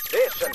Station.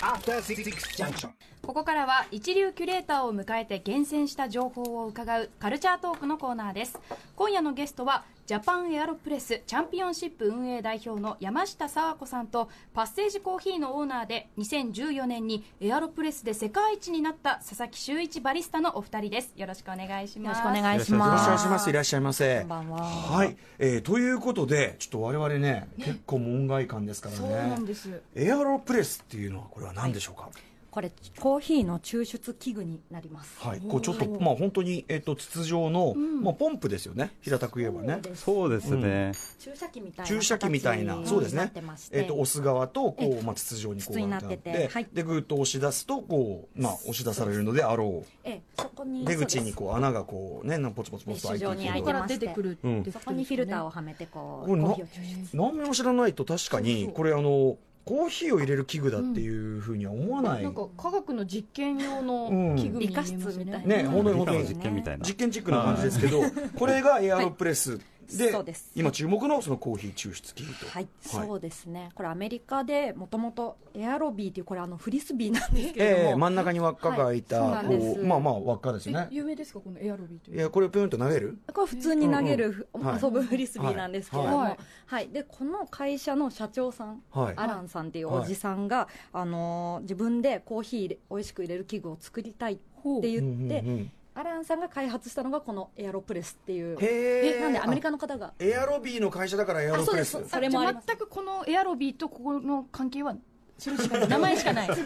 After Six Junction. ここからは一流キュレーターを迎えて厳選した情報を伺うカルチャートークのコーナーです今夜のゲストはジャパンエアロプレスチャンピオンシップ運営代表の山下佐和子さんとパッセージコーヒーのオーナーで2014年にエアロプレスで世界一になった佐々木修一バリスタのお二人ですよろしくお願いしよろましすくお願いしよろましくす。お願いします。いらっしゃいませ。こんばんははい、えーということで、ちょっと我々ね、結構門外漢ですからね。そうなんですエアロプレスっていうのは、これは何でしょうか。これコーヒーの抽出器具になります。はい、こうちょっと、まあ、本当に、えっ、と、筒状の、まあ、ポンプですよね。平たく言えばね。そうですね、注射器みたいな。注射器みたいな、そうですなねってまし。てえっ、と、押す側と、こえう、まあ、筒状にこう筒になっててではいで、ぐっと押し出すと、こう、まあ、押し出されるのであろう。ええそこに出口に、こう、穴がこう、ね、なんかポツポツポツと開いていメッシュ状に開いここてかまら出てくるってことですそねこにフィルターをはめてこうこれなコーヒーを抽出。何も知らないと確かにこれあのコーヒーを入れる器具だっていうふうには思わない、なんか科学の実験用の器具に見えますうん理科室みたいなね本当に理本当科のに実験みたいな、実験チックな感じですけどこれがエアロプレスで,、そうです今注目のそのコーヒー抽出器具と、はい、そうですね。これアメリカでもともとエアロビーっていうこれあのフリスビーなんですけれども、ええ真ん中に輪っかが開いた、はいそうなんですこうまあまあ輪っかですえね有名ですかこのエアロビーといいうやこれをピュンと投げるこれ普通に投げる、うんうんはい遊ぶフリスビーなんですけれども、ははいいはいでこの会社の社長さん、はいアランさんっていうおじさんが、あのー自分でコーヒー入れ美味しく入れる器具を作りたいって言って、うんうんうんアランさんが開発したのがこのエアロプレスっていうへえなんでアメリカの方がエアロビーの会社だからエアロプレスあそうですあそれもありますじゃ全くこのエアロビーとここの関係はそれしかない名前しか ないそう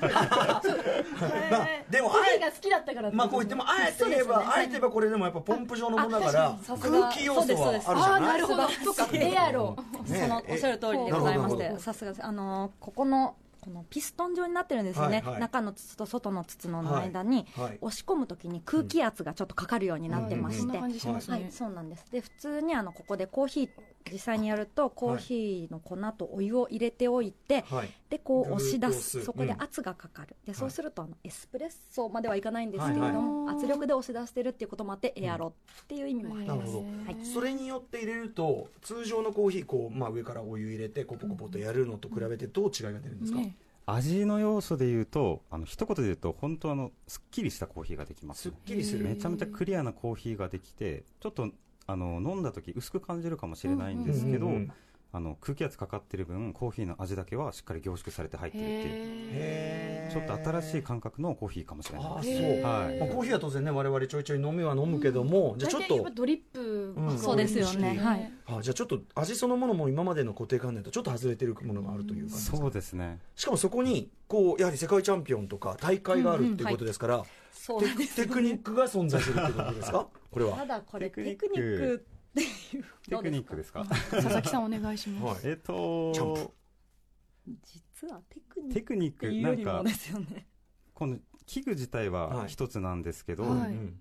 まあでもあコーヒーえが好きだったからってまあこう言ってもあえて言えば、あえて言えばこれでもやっぱポンプ状のものだからあ確かに空気要素はあるじゃないああなるほどそそううかかエアロねそのえおっしゃる通りでございましなるほどなてるほさすがですあのーここのこのピストン状になってるんですよね、はいはい中の筒と外の筒の間に、はいはい押し込むときに空気圧がちょっとかかるようになってまそしんて、な感じしますはい、ねそうなんです。で、普通にあのここでコーヒー実際にやるとコーヒーの粉とお湯を入れておいて、はいでこうグーッ押し出と押すす。そこでうん圧がかかる。で、そうするとあのエスプレッソまではいかないんですけれどはいも、はい圧力で押し出してるっていうこともあってエアロっていう意味もありなるまほす。ど、はいそれによって入れると通常のコーヒーこう、まあ、上からお湯入れてこうポコポコとやるのと比べてどう違いが出るんですか、ね味の要素で言うと、あの一言で言うと、本当あの、すっきりしたコーヒーができますすっ、きりすめるちゃめちゃクリアなコーヒーができて、ちょっとあの飲んだ時薄く感じるかもしれないんですけど、うんうんうんあの空気圧かかってる分、コーヒーの味だけはしっかり凝縮されて入ってるっていう、へーちょっと新しい感覚のコーヒーかもしれないあであすそね。う、はいまあ、コーヒーは当然ね我々ちょいちょい飲みは飲むけども、じゃ大あちょっ体やっぱとドリップうんそうですよね。ははいい。あじゃあちょっと味そのものも今までの固定観念とちょっと外れてるものがあるという感じですそかうですね。しかもそこにこうやはり世界チャンピオンとか大会があるっていうことですから、そテクテクニックが存在するってことですかこれはただこれテテククニニッッククっていうテクニックですか。 佐々木さんお願いしまはすいえっとジャン実はテクニックテっクニッてクいうなよんりもかですよね。この器具自体ははい一つなんですけど、はいうん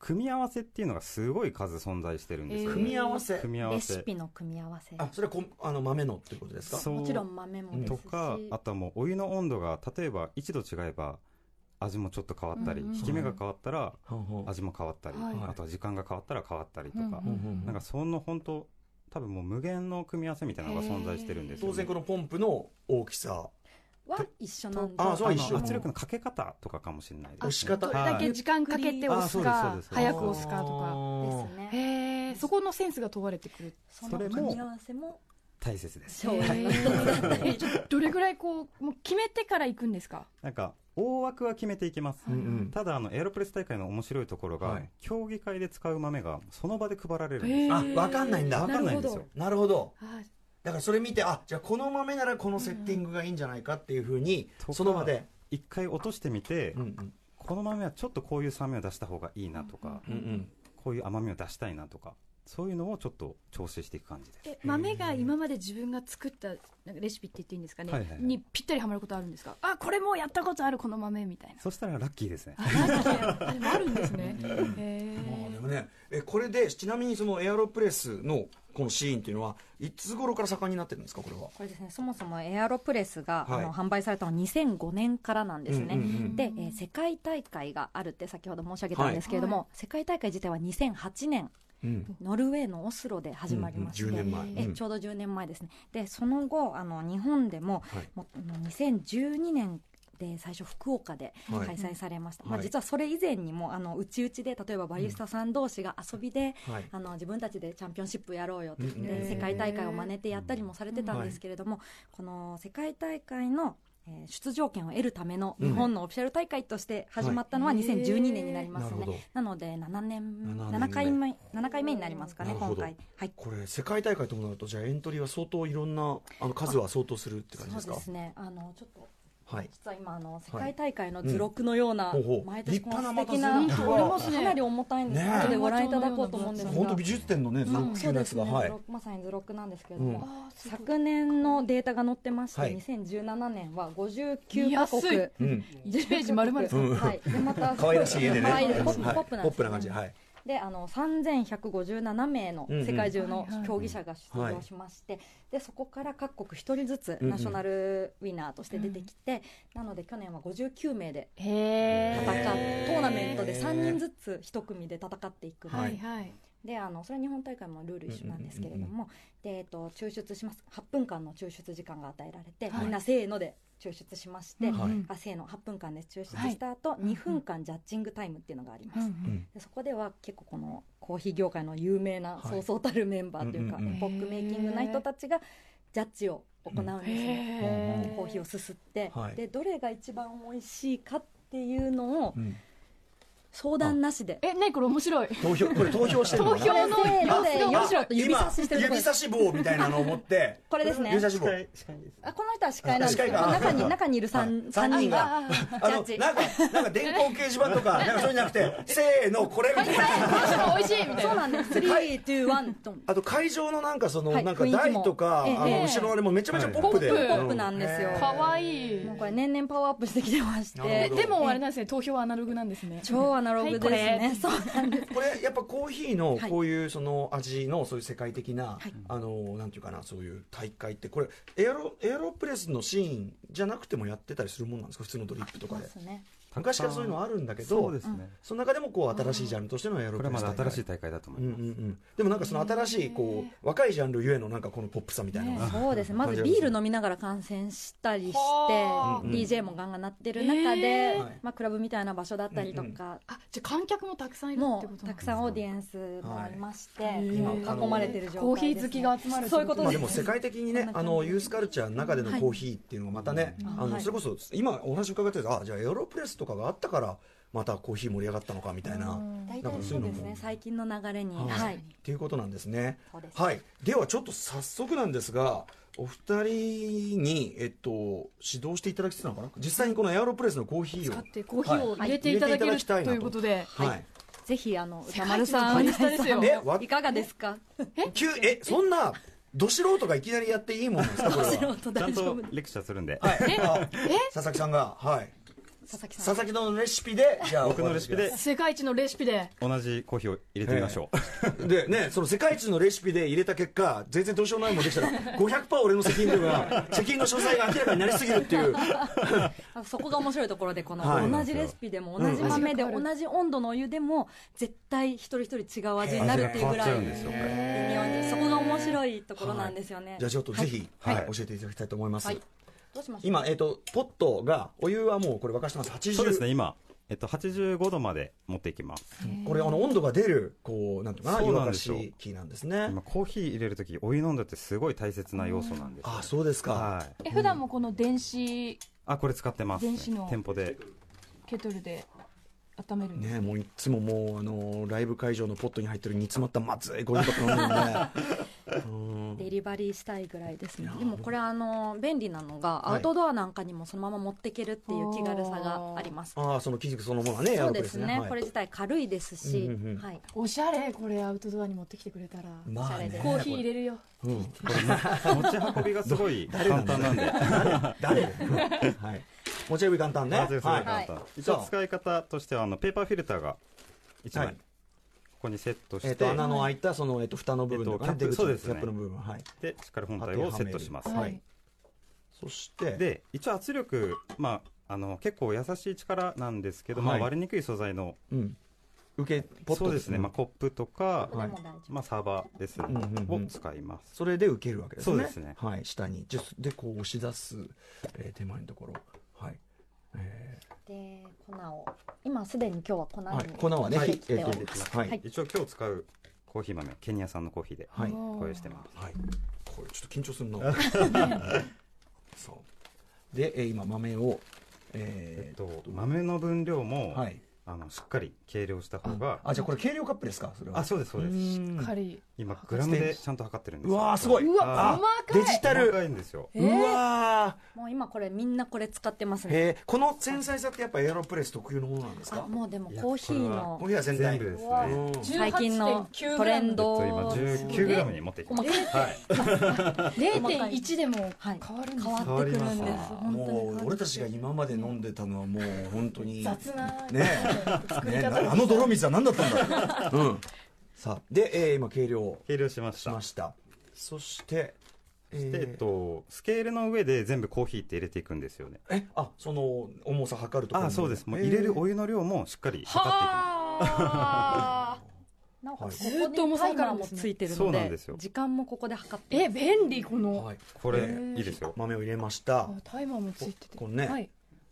組み合わせっていうのがすごい数存在してるんですよ、えー組み合わせ組み合わレせシピの組み合わせ。あそれはこあの豆のっていうことですかそうもちろん豆もですし。とかあとはもうお湯の温度が例えば1度違えば味もちょっと変わったり、うんうん引き目が変わったらはんはん味も変わったり、はいあとは時間が変わったら変わったりとか、うんうんうんうんうんなんかその本当多分もう無限の組み合わせみたいなのが存在してるんです当よ、ね然このポンプの大きさは一緒なんであそうあ一緒の圧力のかけ方とかかもしれないです、ね、押し方どれだけ時間かけて押すはいあかそうですそうです早く押すかとかすかね。へえそこのセンスが問われてくるその組み合わせも大切です将来の人だったり、 どれぐらいこうもう決めてから行くんですかなんか大枠は決めていきます、うんうんただあのエアロプレス大会の面白いところが、はい競技会で使う豆がその場で配られるんですへよーあ分かんないんだわかんないんですよなるほどあだからそれ見てあじゃあこの豆ならこのセッティングがいいんじゃないかっていうふうにとかその場で、一回落としてみて、うんうんこの豆はちょっとこういう酸味を出した方がいいなとか、うんうん、こういう甘みを出したいなとかそういうのをちょっと調整していく感じですえ豆が今まで自分が作ったなんかレシピって言っていいんですかね、はいはいはいにぴったりはまることあるんですかあこれもうやったことあるこの豆みた いなそしたらラッキーですねあでもあるんですねへまあえでもねえこれでちなみにそのエアロプレスのこのシーンっていうのはいつ頃から盛んになってるんですかこれは これですね、そもそもエアロプレスが、はいあの販売されたのは2005年からなんですね。うんうんうんで、えー世界大会があるって先ほど申し上げたんですけれども、世界大会自体は2008年うんノルウェーのオスロで始まりまして、うんうん10年前えうんちょうど10年前ですねでその後あの日本でも,、はいもうあの2012年で最初福岡ではい開催されました、はいまあ、実はそれ以前にもあのうちうちで例えばバリスタさん同士が遊びで、はいあの自分たちでチャンピオンシップやろうよって、うんでうん世界大会を真似てやったりもされてたんですけれども、この世界大会のえー出場権を得るための日本のオフィシャル大会として始まったのははい2012年になりますなねるほど。なので7年7 7回目7回目になりますかねなるほ今ど回はいこれ世界大会ともなるとじゃあエントリーは相当いろんなあの数は相当するって感じですそうかですねあのちょっとはい実は今あの世界大会の図録のようなほうほう毎年この素敵立な派なまた図録がかなり重たいんですねえ後でご覧いただこうと思うんですが本当美術展のね図うん録そ級うでのやつすがねはい図録まさに図録なんですけれどもうんあーすごい昨年のデータが載ってまして、はい2017年は59カ国安いうん1ページ丸々うんはい、でまた 可愛らしい絵でね可愛いですポップはいポップなんでポッすプな感じはいであの3157名の世界中のうんうん競技者が出場しまして、でそこから各国一人ずつうんナショナルウィナーとして出てきて、なので去年は59名でへえ戦う、へートーナメントで3人ずつ1組で戦っていく、はいはいであのそれは日本大会もルール一緒なんですけれども、うんうでえっと、抽出します8分間の抽出時間が与えられて、はいみんなせーので抽出しまして、はいうんあせーの8分間で抽出したん後、うん2分間ジャッジングタイムっていうのがあります、うんでそこでは結構このコーヒー業界の有名なはいそうそうたるメンバーというか、うんうんうんエポックメイキングな人たちがジャッジを行うんですね、へーコーヒーをすすって、はいでどれが一番美味しいかっていうのをうん相談なしでえねこれ面白い投票これ投票してるのかな 投票せーのであよしろと指差ししてるとこ今ろ指差し棒みたいなのを持ってこれですね指差し棒あこの人は司会なんですけどあ司会中かに中にいる 3, 三三人があー あジャッのジなんかなんか電光掲示板 とかなんかそうじゃなくてせーのこれみたいなこの人も美味しいみたいそうななんです321ドンあと会場のなんかその、はいなんか雰囲気も台とか、ええあの後ろあれもめちゃめちゃポップで、はいポップなんですよう可愛いもうこれ年々パワーアップしてきてましなるてほどでもあれなんですね投票はアナログなんですね超アナログですね、はいそうなんですこれやっぱコーヒーのはいこういうその味のそういう世界的な、はいあのなんていうかなそういう大会ってこれエアロエアロプレスのシーンじゃなくてもやってたりするもんなんですか普通のドリップとかまですね昔からそういうのあるんだけそうどですね、その中でもこう新しいジャンルとしてのエアロこプれレはスま大だ会新しい大会だと思ういんうんまうん、でもなんかその新しいこう若いジャンルゆえのなんかこのポップさみたいなのが、ねそうですねまずビール飲みながら観戦したりしてはあうんうん DJ もガンガン鳴ってる中でえーまあ、クラブみたいな場所だったりとか、あじゃあ観客もたくさんいるっもてことうなんでたくすさんオーディエンスもありまして、はい今囲まれてる状態です、ね、コーヒー好きが集まるそういうことまあ、すでも世界的にねあのユースカルチャーの中でのコーヒーっていうのがまたね、はいあのはいそれこそ今お話伺ってたあじゃあエアロプレスとかがあったからまたコーヒー盛り上がったのかみたいな大体そうですね最近の流れにはいはいっていうことなんですねそうですはいではちょっと早速なんですがお二人に、えっと、指導していただきてたのかな実際にこのエアロプレスのコーヒーを使ってコーヒーを入れていただけはるい入れていただきたいなとということではい、ぜひあの歌丸さん世界一のバリスタですよ歌丸さんえわいかがですか急えそんなど素人がいきなりやっていいもんなんですか これは素人すちゃ大ん丈と夫レクチャーするんで、はい、あ佐々木さんがはい佐々木さ佐ん々木のレシピでじゃあ僕のレシピで世界一のレシピで同じコーヒーを入れてみましょう、でね、その世界一のレシピで入れた結果、全然どうしようもないもんできたら、500%俺の責任量が、責任の所在が明らかになりすぎるっていう、あそこが面白いところでこのはい同じレシピでも同じ豆でうん同じ温度のお湯でも絶対一人一人違う味になるっていうぐら味が変わっちゃいうん微ですよこ妙にそこが面白いところなんですよねじゃあちょっとぜひ、はいはい教えていただきたいと思います。はいどうしましょう今、えっ、と、ポットが、お湯はもうこれ沸かしてます。80そうですね今、えっと、85度まで持っていきますこれ、あの、温度が出る、こう、なんていうかな、そ湯うな沸んかですよし器なんですね今。コーヒー入れるときお湯飲んだってすごい大切な要素なんですよあ、そうですか。はいえ普段もこの電子あこれ使ってます、電子の店舗でケトルで温めるんですね、もういつももう、あのライブ会場のポットに入ってる煮詰まったまずいゴミ箱飲 んでるんでうんデリバリーしたいぐらいですねでもこれあの便利なのがアウトドアなんかにもそのまま持っていけるっていう気軽さがありますああその生地そのものはねエアそうロプでレすスね、はいこれ自体軽いですし、うんうんうんはい、おしゃれこれアウトドアに持ってきてくれたらまあねコーヒー入れるようん持ち運びがすごい簡単なんで誰 はい。持ち運び簡単ね。まずすごい簡単はい。一応使い方としてはあのペーパーフィルターが1枚、はいここにセットして、えっと、穴の開いた、その、えっと、蓋の部分とかねえっ出とキャップ口そうのですキャねップの部分。はい。でしっかり本体をセットします、はいはいそして、で一応圧力、まあ、あの結構優しい力なんですけど、まあ、はい割れにくい素材のうん。受けポッそトうですね、まあ、コップとか、は大い丈夫まあ、サーバーです、んうんうんを使いますそれで受けるわけですね。そうですねはい、下に。じゃで、こう押し出す、えー手前のところ。はい。えで粉を今すでに今日は粉に、ーはい、粉はね、はいひえーとはい。はい。一応今日使うコーヒー豆はケニア産のコーヒーではい。ご用意してますこれちょっと緊張するな。 そう。で、えー今豆を、ええっーと豆の分量も、はい。あのしっかり計量した方あが、あじゃあこれ計量カップですかそれは。あそうですそうですーんカリ今グラムでちゃんと測ってるんですうわーすごいーうわあ細かデいジタ細ルかいんですよえうーわもう今これみんなこれ使ってますーねへーこの繊細さってやっぱエアロプレス特有のものなんですあかもうでもコーヒーいやコのーヒーは全体全部ですねうわえっうん最近のトレンとド今19グラムに持ってきま細したはい0.1でもはい変わるん変だわってくるんです変わります本当にも変わってくうる俺たちが今まで飲んでたのはもう本当に雑な ね作りね方あの泥水は何だったんだ うんさあで、えー今計量計量しまししたましたそしてえでえっーとスケールの上で全部コーヒーって入れていくんですよねえあその重さ測るところあそうですもう入れるお湯の量もしっかり測っていきますはあなおかつはいここずっと重にさタをイかマらーでもすねついてるそのうなんでですよ時間もここで測ってえ便利この、はいこれえいいですよ豆を入れましたあタイマーもついててここねはい、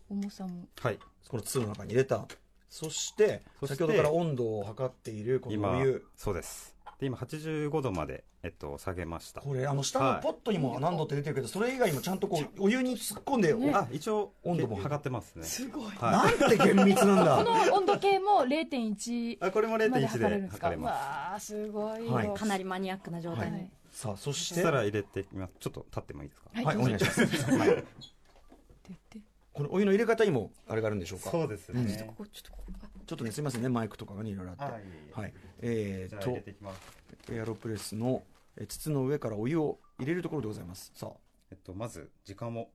重さもはいこの筒の中に入れたそしてそして先ほどから温度を測っているこのお今湯そうですで今85度まで、えっと、下げましたこれあの下のポットにも何度って出てるけどそれ以外にもちゃんとこうお湯に突っ込んで、おあ一応温度も測ってますねすごいはいなんて厳密なんこだの温度計も0.1あこれもまで0.1測れるんでですか測れますわあすごいよ、はいかなりマニアックな状態はに、いさあそしそてしたら入れていきますちょっと立ってもいいですかはいはいおどうぞ願いしますはいこのお湯の入れ方にもあれがあるんでしょうかそうですねここちょっとここちょっとねすみませんねマイクとかがねいろいろあってはいえじゃーあと入れていきますエアロプレスのえ筒の上からお湯を入れるところでございますさあえっとまず時間を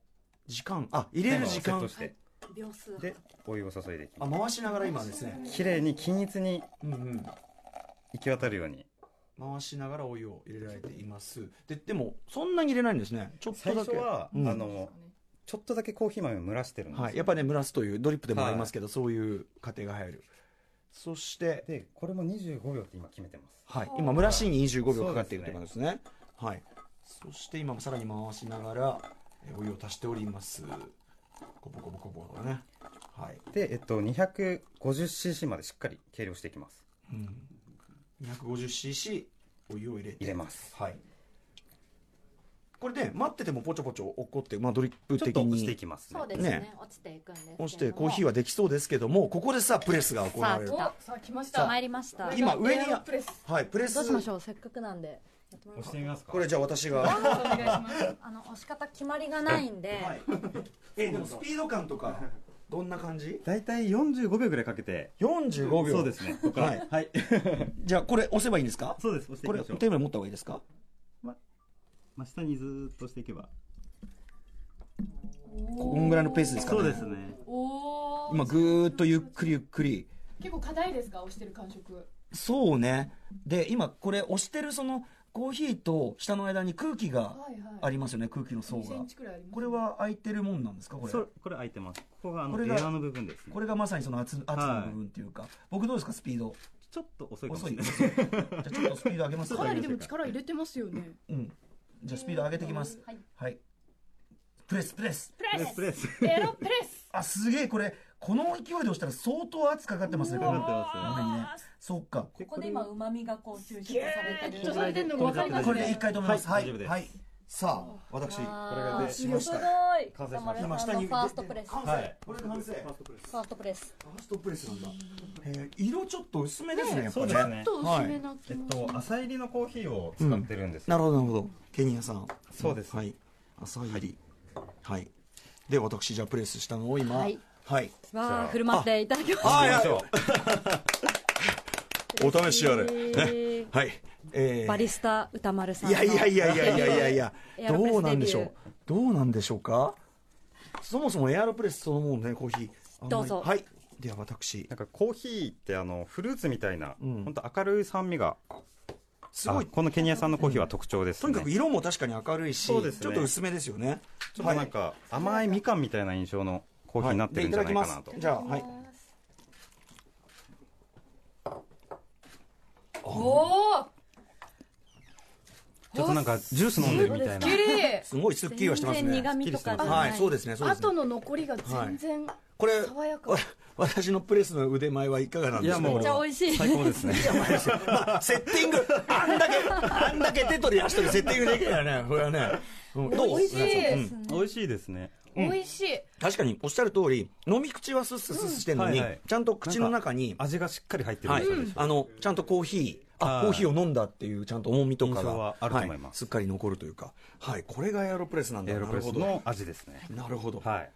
時間あ入れる時タイマーを間セット秒数してでお湯を注いでいきあま回しながら今ですねす綺麗に均一にうんうん行き渡るように回しながらお湯を入れられていますででもそんなに入れないんですねちょっと最だ初けは、うんあのちょっとだけコーヒー豆を蒸らしてるんですよ、はい、やっぱね蒸らすというドリップでもありますけど、そういう過程が入るそして、でこれも25秒って今決めてますはい、今蒸らしに25秒かかっているとそいうことでうですねはい、そして今さらに回しながらえお湯を足しておりますコボコボコボとねはい、で、えっと、250cc までしっかり計量していきますうん、250cc お湯を入れて入れますはいこれで、待っててもポチョポチョ落っこって、まあ、ドリップちょっ的とに押していきますねそうですねね落ちていくんですけれども押してコーヒーはできそうですけどもここでさプレスが行われるさあさあ来ましさあた参りました今上にエアロプレスはいプレスどうしましょうせっかくなんでやってもらおう押してみますかこれじゃあ私がお願いしますあの押し方決まりがないんで、はい、えでもスピード感とかどんな感じ大体45秒ぐらいかけて45秒そうですねここからはいはい、 じゃあこれ押せばいいんですかそうです押していこきれましょう手前持った方がいいですかまあ、下にずーっとしていけばこんぐらいのペースですかねそうですね おお今ぐーっとゆっくりゆっくり結構硬いですか押してる感触そうねで今これ押してるそのコーヒーと下の間に空気がはいはいありますよね空気の層2セがンチくらいありますこれは空いてるもんなんですかこれそうこれ開いてますここがあこのれエがアーの部分ですねこれがまさにその圧圧のはい部分っていうか、僕どうですかスピードちょっと遅いかもし遅れいない遅いじゃあちょっとスピード上げますかなりでも力入れてますよねうんじゃあスピード上げていきますはいはいプレスプレスプレスプレスエロプレスあすげえこれこの勢いで押したら相当圧かかってますねかかってますね前にねそっかここで今うまみがこう抽出されてるちょっとされてんのが分かりますねこれで一回止めますははい大丈夫いですはいさあ私あーこれがしましたすごい完成しました丸山さんのファーストプレスフ完ァ成はいこれで完成ファーストプレスーストプレスなんだえー色ちょっと薄めですねやっぱそうでねすねちょっと薄めな気えっもと浅入りのコーヒーを使ってるんですよ、なるほどなるほどケニアさんそうですはい朝入りはいで私じゃあプレスしたのを今はいはいわあ振る舞っていただきましたははいいははいいお試しあれはいえーバリスタ歌丸さんいのやいやいやいやいやいやいやエ、アロプレスデビューどうなんでしょう、どうなんでしょうか、そもそもエアロプレスそのものね、コーヒー、あんまりどうぞはい、では私な、んかコーヒーってあのフルーツみたいな、うんほんと明るい酸味がすごいあ、このケニア産のコーヒーは特徴ですとね、にかく色も確かに明るいし、ちょそうですねっと薄めですよね、ちょっとなんか甘いみかんみたいな印象のコーヒーになってるんじゃないかなと、はいでいただきますじゃあ、はい、おおちょっとなんかジュース飲んでるみたいなきれいすごいスッキリはしてます全然苦ね。味とかじゃな、はいい、そうですね、そうです後ね。の残りが全然これ、 爽やかわ私のプレスの腕前はいかがなんいですやかもめうっちゃ美味しい最高ですね まあセッティング、あんだけ、あんだけ手取り足取りセッティングできるよね、これはね。うんどう美味しいうん美味しいですね美味しい確かにおっしゃる通り、飲み口はスッスッスッスッしてるのに、うんはいはいちゃんと口の中に、味がしっかり入ってるはい印象でしょあのちゃんとコーヒー、あはいコーヒーを飲んだっていう、ちゃんと重みとか印が象はあると思いまはすすっかり残るというか、はい、これがエアロプレスなんだエアロプレスなるほの味ですねどなるほど、はい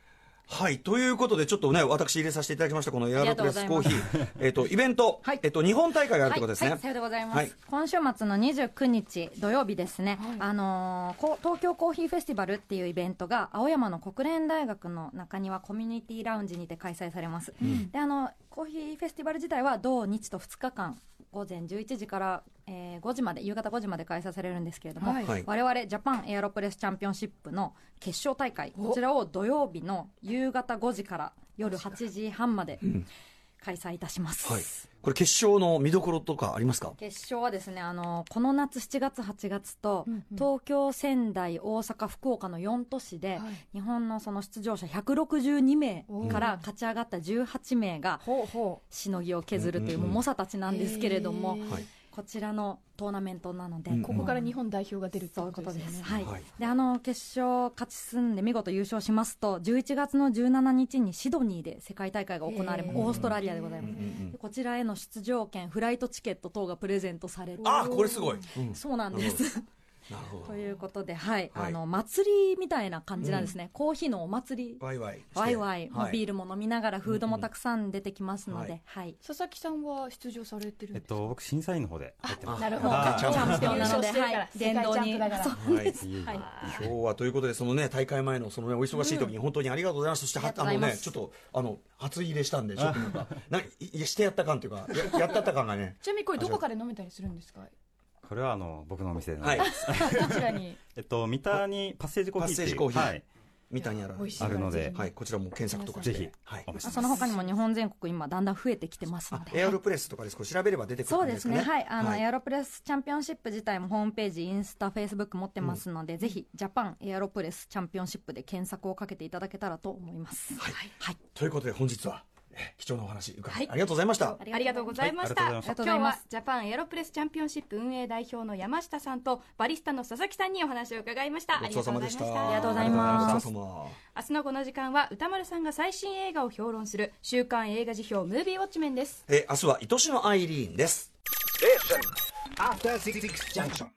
はい。ということで、ちょっとね、私入れさせていただきました、このエアロプレスコーヒありー。えっと、イベント、はいえっと、日本大会があるとはいいうことですね。はい、さようでございます。はい今週末の29日土曜日ですね、あのーこ東京コーヒーフェスティバルっていうイベントが青山の国連大学の中庭コミュニティラウンジにて開催されます。で、あのコーヒーフェスティバル自体は同日と2日間。午前11時から、えー5時まで夕方5時まで開催されるんですけれども、はいはい我々ジャパンエアロプレスチャンピオンシップの決勝大会こちらを土曜日の夕方5時から夜8時半まで開催いたします。はい。これ、決勝の見どころとかありますか決勝はですねあのこの夏7月8月と、東京仙台大阪福岡の4都市で、はい日本のその出場者162名から勝ち上がった18名がほうほしのぎを削るというもう猛者たちなんですけれども、へーはいこちらのトーナメントなので、うんうここから日本代表が出るってそういうここととでですす。よねはい。はいで、あの、決勝勝ち進んで見事優勝しますと、11月の17日にシドニーで世界大会が行われます。へーオーストラリアでございますうんうんうん。でこちらへの出場権、フライトチケット等がプレゼントされる。あー、これすごい。うんそうなんです。なるほど と。いうことで、はい。はいあの、祭りみたいな感じなんですね。コーヒーのお祭り。ワイワイして。ワイワイ、まあビール。ルも飲みながら、フードもたくさん出てきますので、うんははい。佐々木さんは出場されてるんえですっか、と僕審査員の方で入ってますなるもほうどあーチャンピオンなので、優勝してるからはい。殿堂に世界チャンプだからそうはい。いえいえはい今日はということで、そのね、大会前のそのね、お忙しい時に本当にありがとうございます。そして、はあありのがとうございね、ますちょっと、あの、初入れしたんで、ちょっとなんか、なんかいいやしてやった感というか、ややったった感がね。ちなみにこれどこかで飲めたりするんですかこれはあの僕のお店で、はい。どちらにえっと三田にパッセージコーヒーってパッセーいジうコーヒーはい、みたいにある。美味しいあるのからぜでひはい、こちらも検索とかしてぜひはいお。店その他にも日本全国今だんだん増えてきてますのあで。エアロプレスとかで少し調べれば出てくるそうんでですすかね、ね。はい、あの、エアアロプレスチャンピオンシップ自体もホームページ、インスタ、フェイスブック持ってますので、ぜひ、ジャパンエアロプレスチャンピオンシップで検索をかけていただけたらと思います。はい。はい。ということで本日はえ貴重なお話伺い、はいありがとうございました。ありがとうございました。はいありがとうご今ざい日まはすジャパンエアロプレスチャンピオンシップ運営代表の山下さんとバリスタの佐々木さんにお話を伺いました。ごちそうさまでした。ありがとうございありがまとすうございました。明日のこの時間は歌丸さんが最新映画を評論する週刊映画辞表ムービーウォッチメンです。え明日は愛しのアイリーンです。 After Six Junction.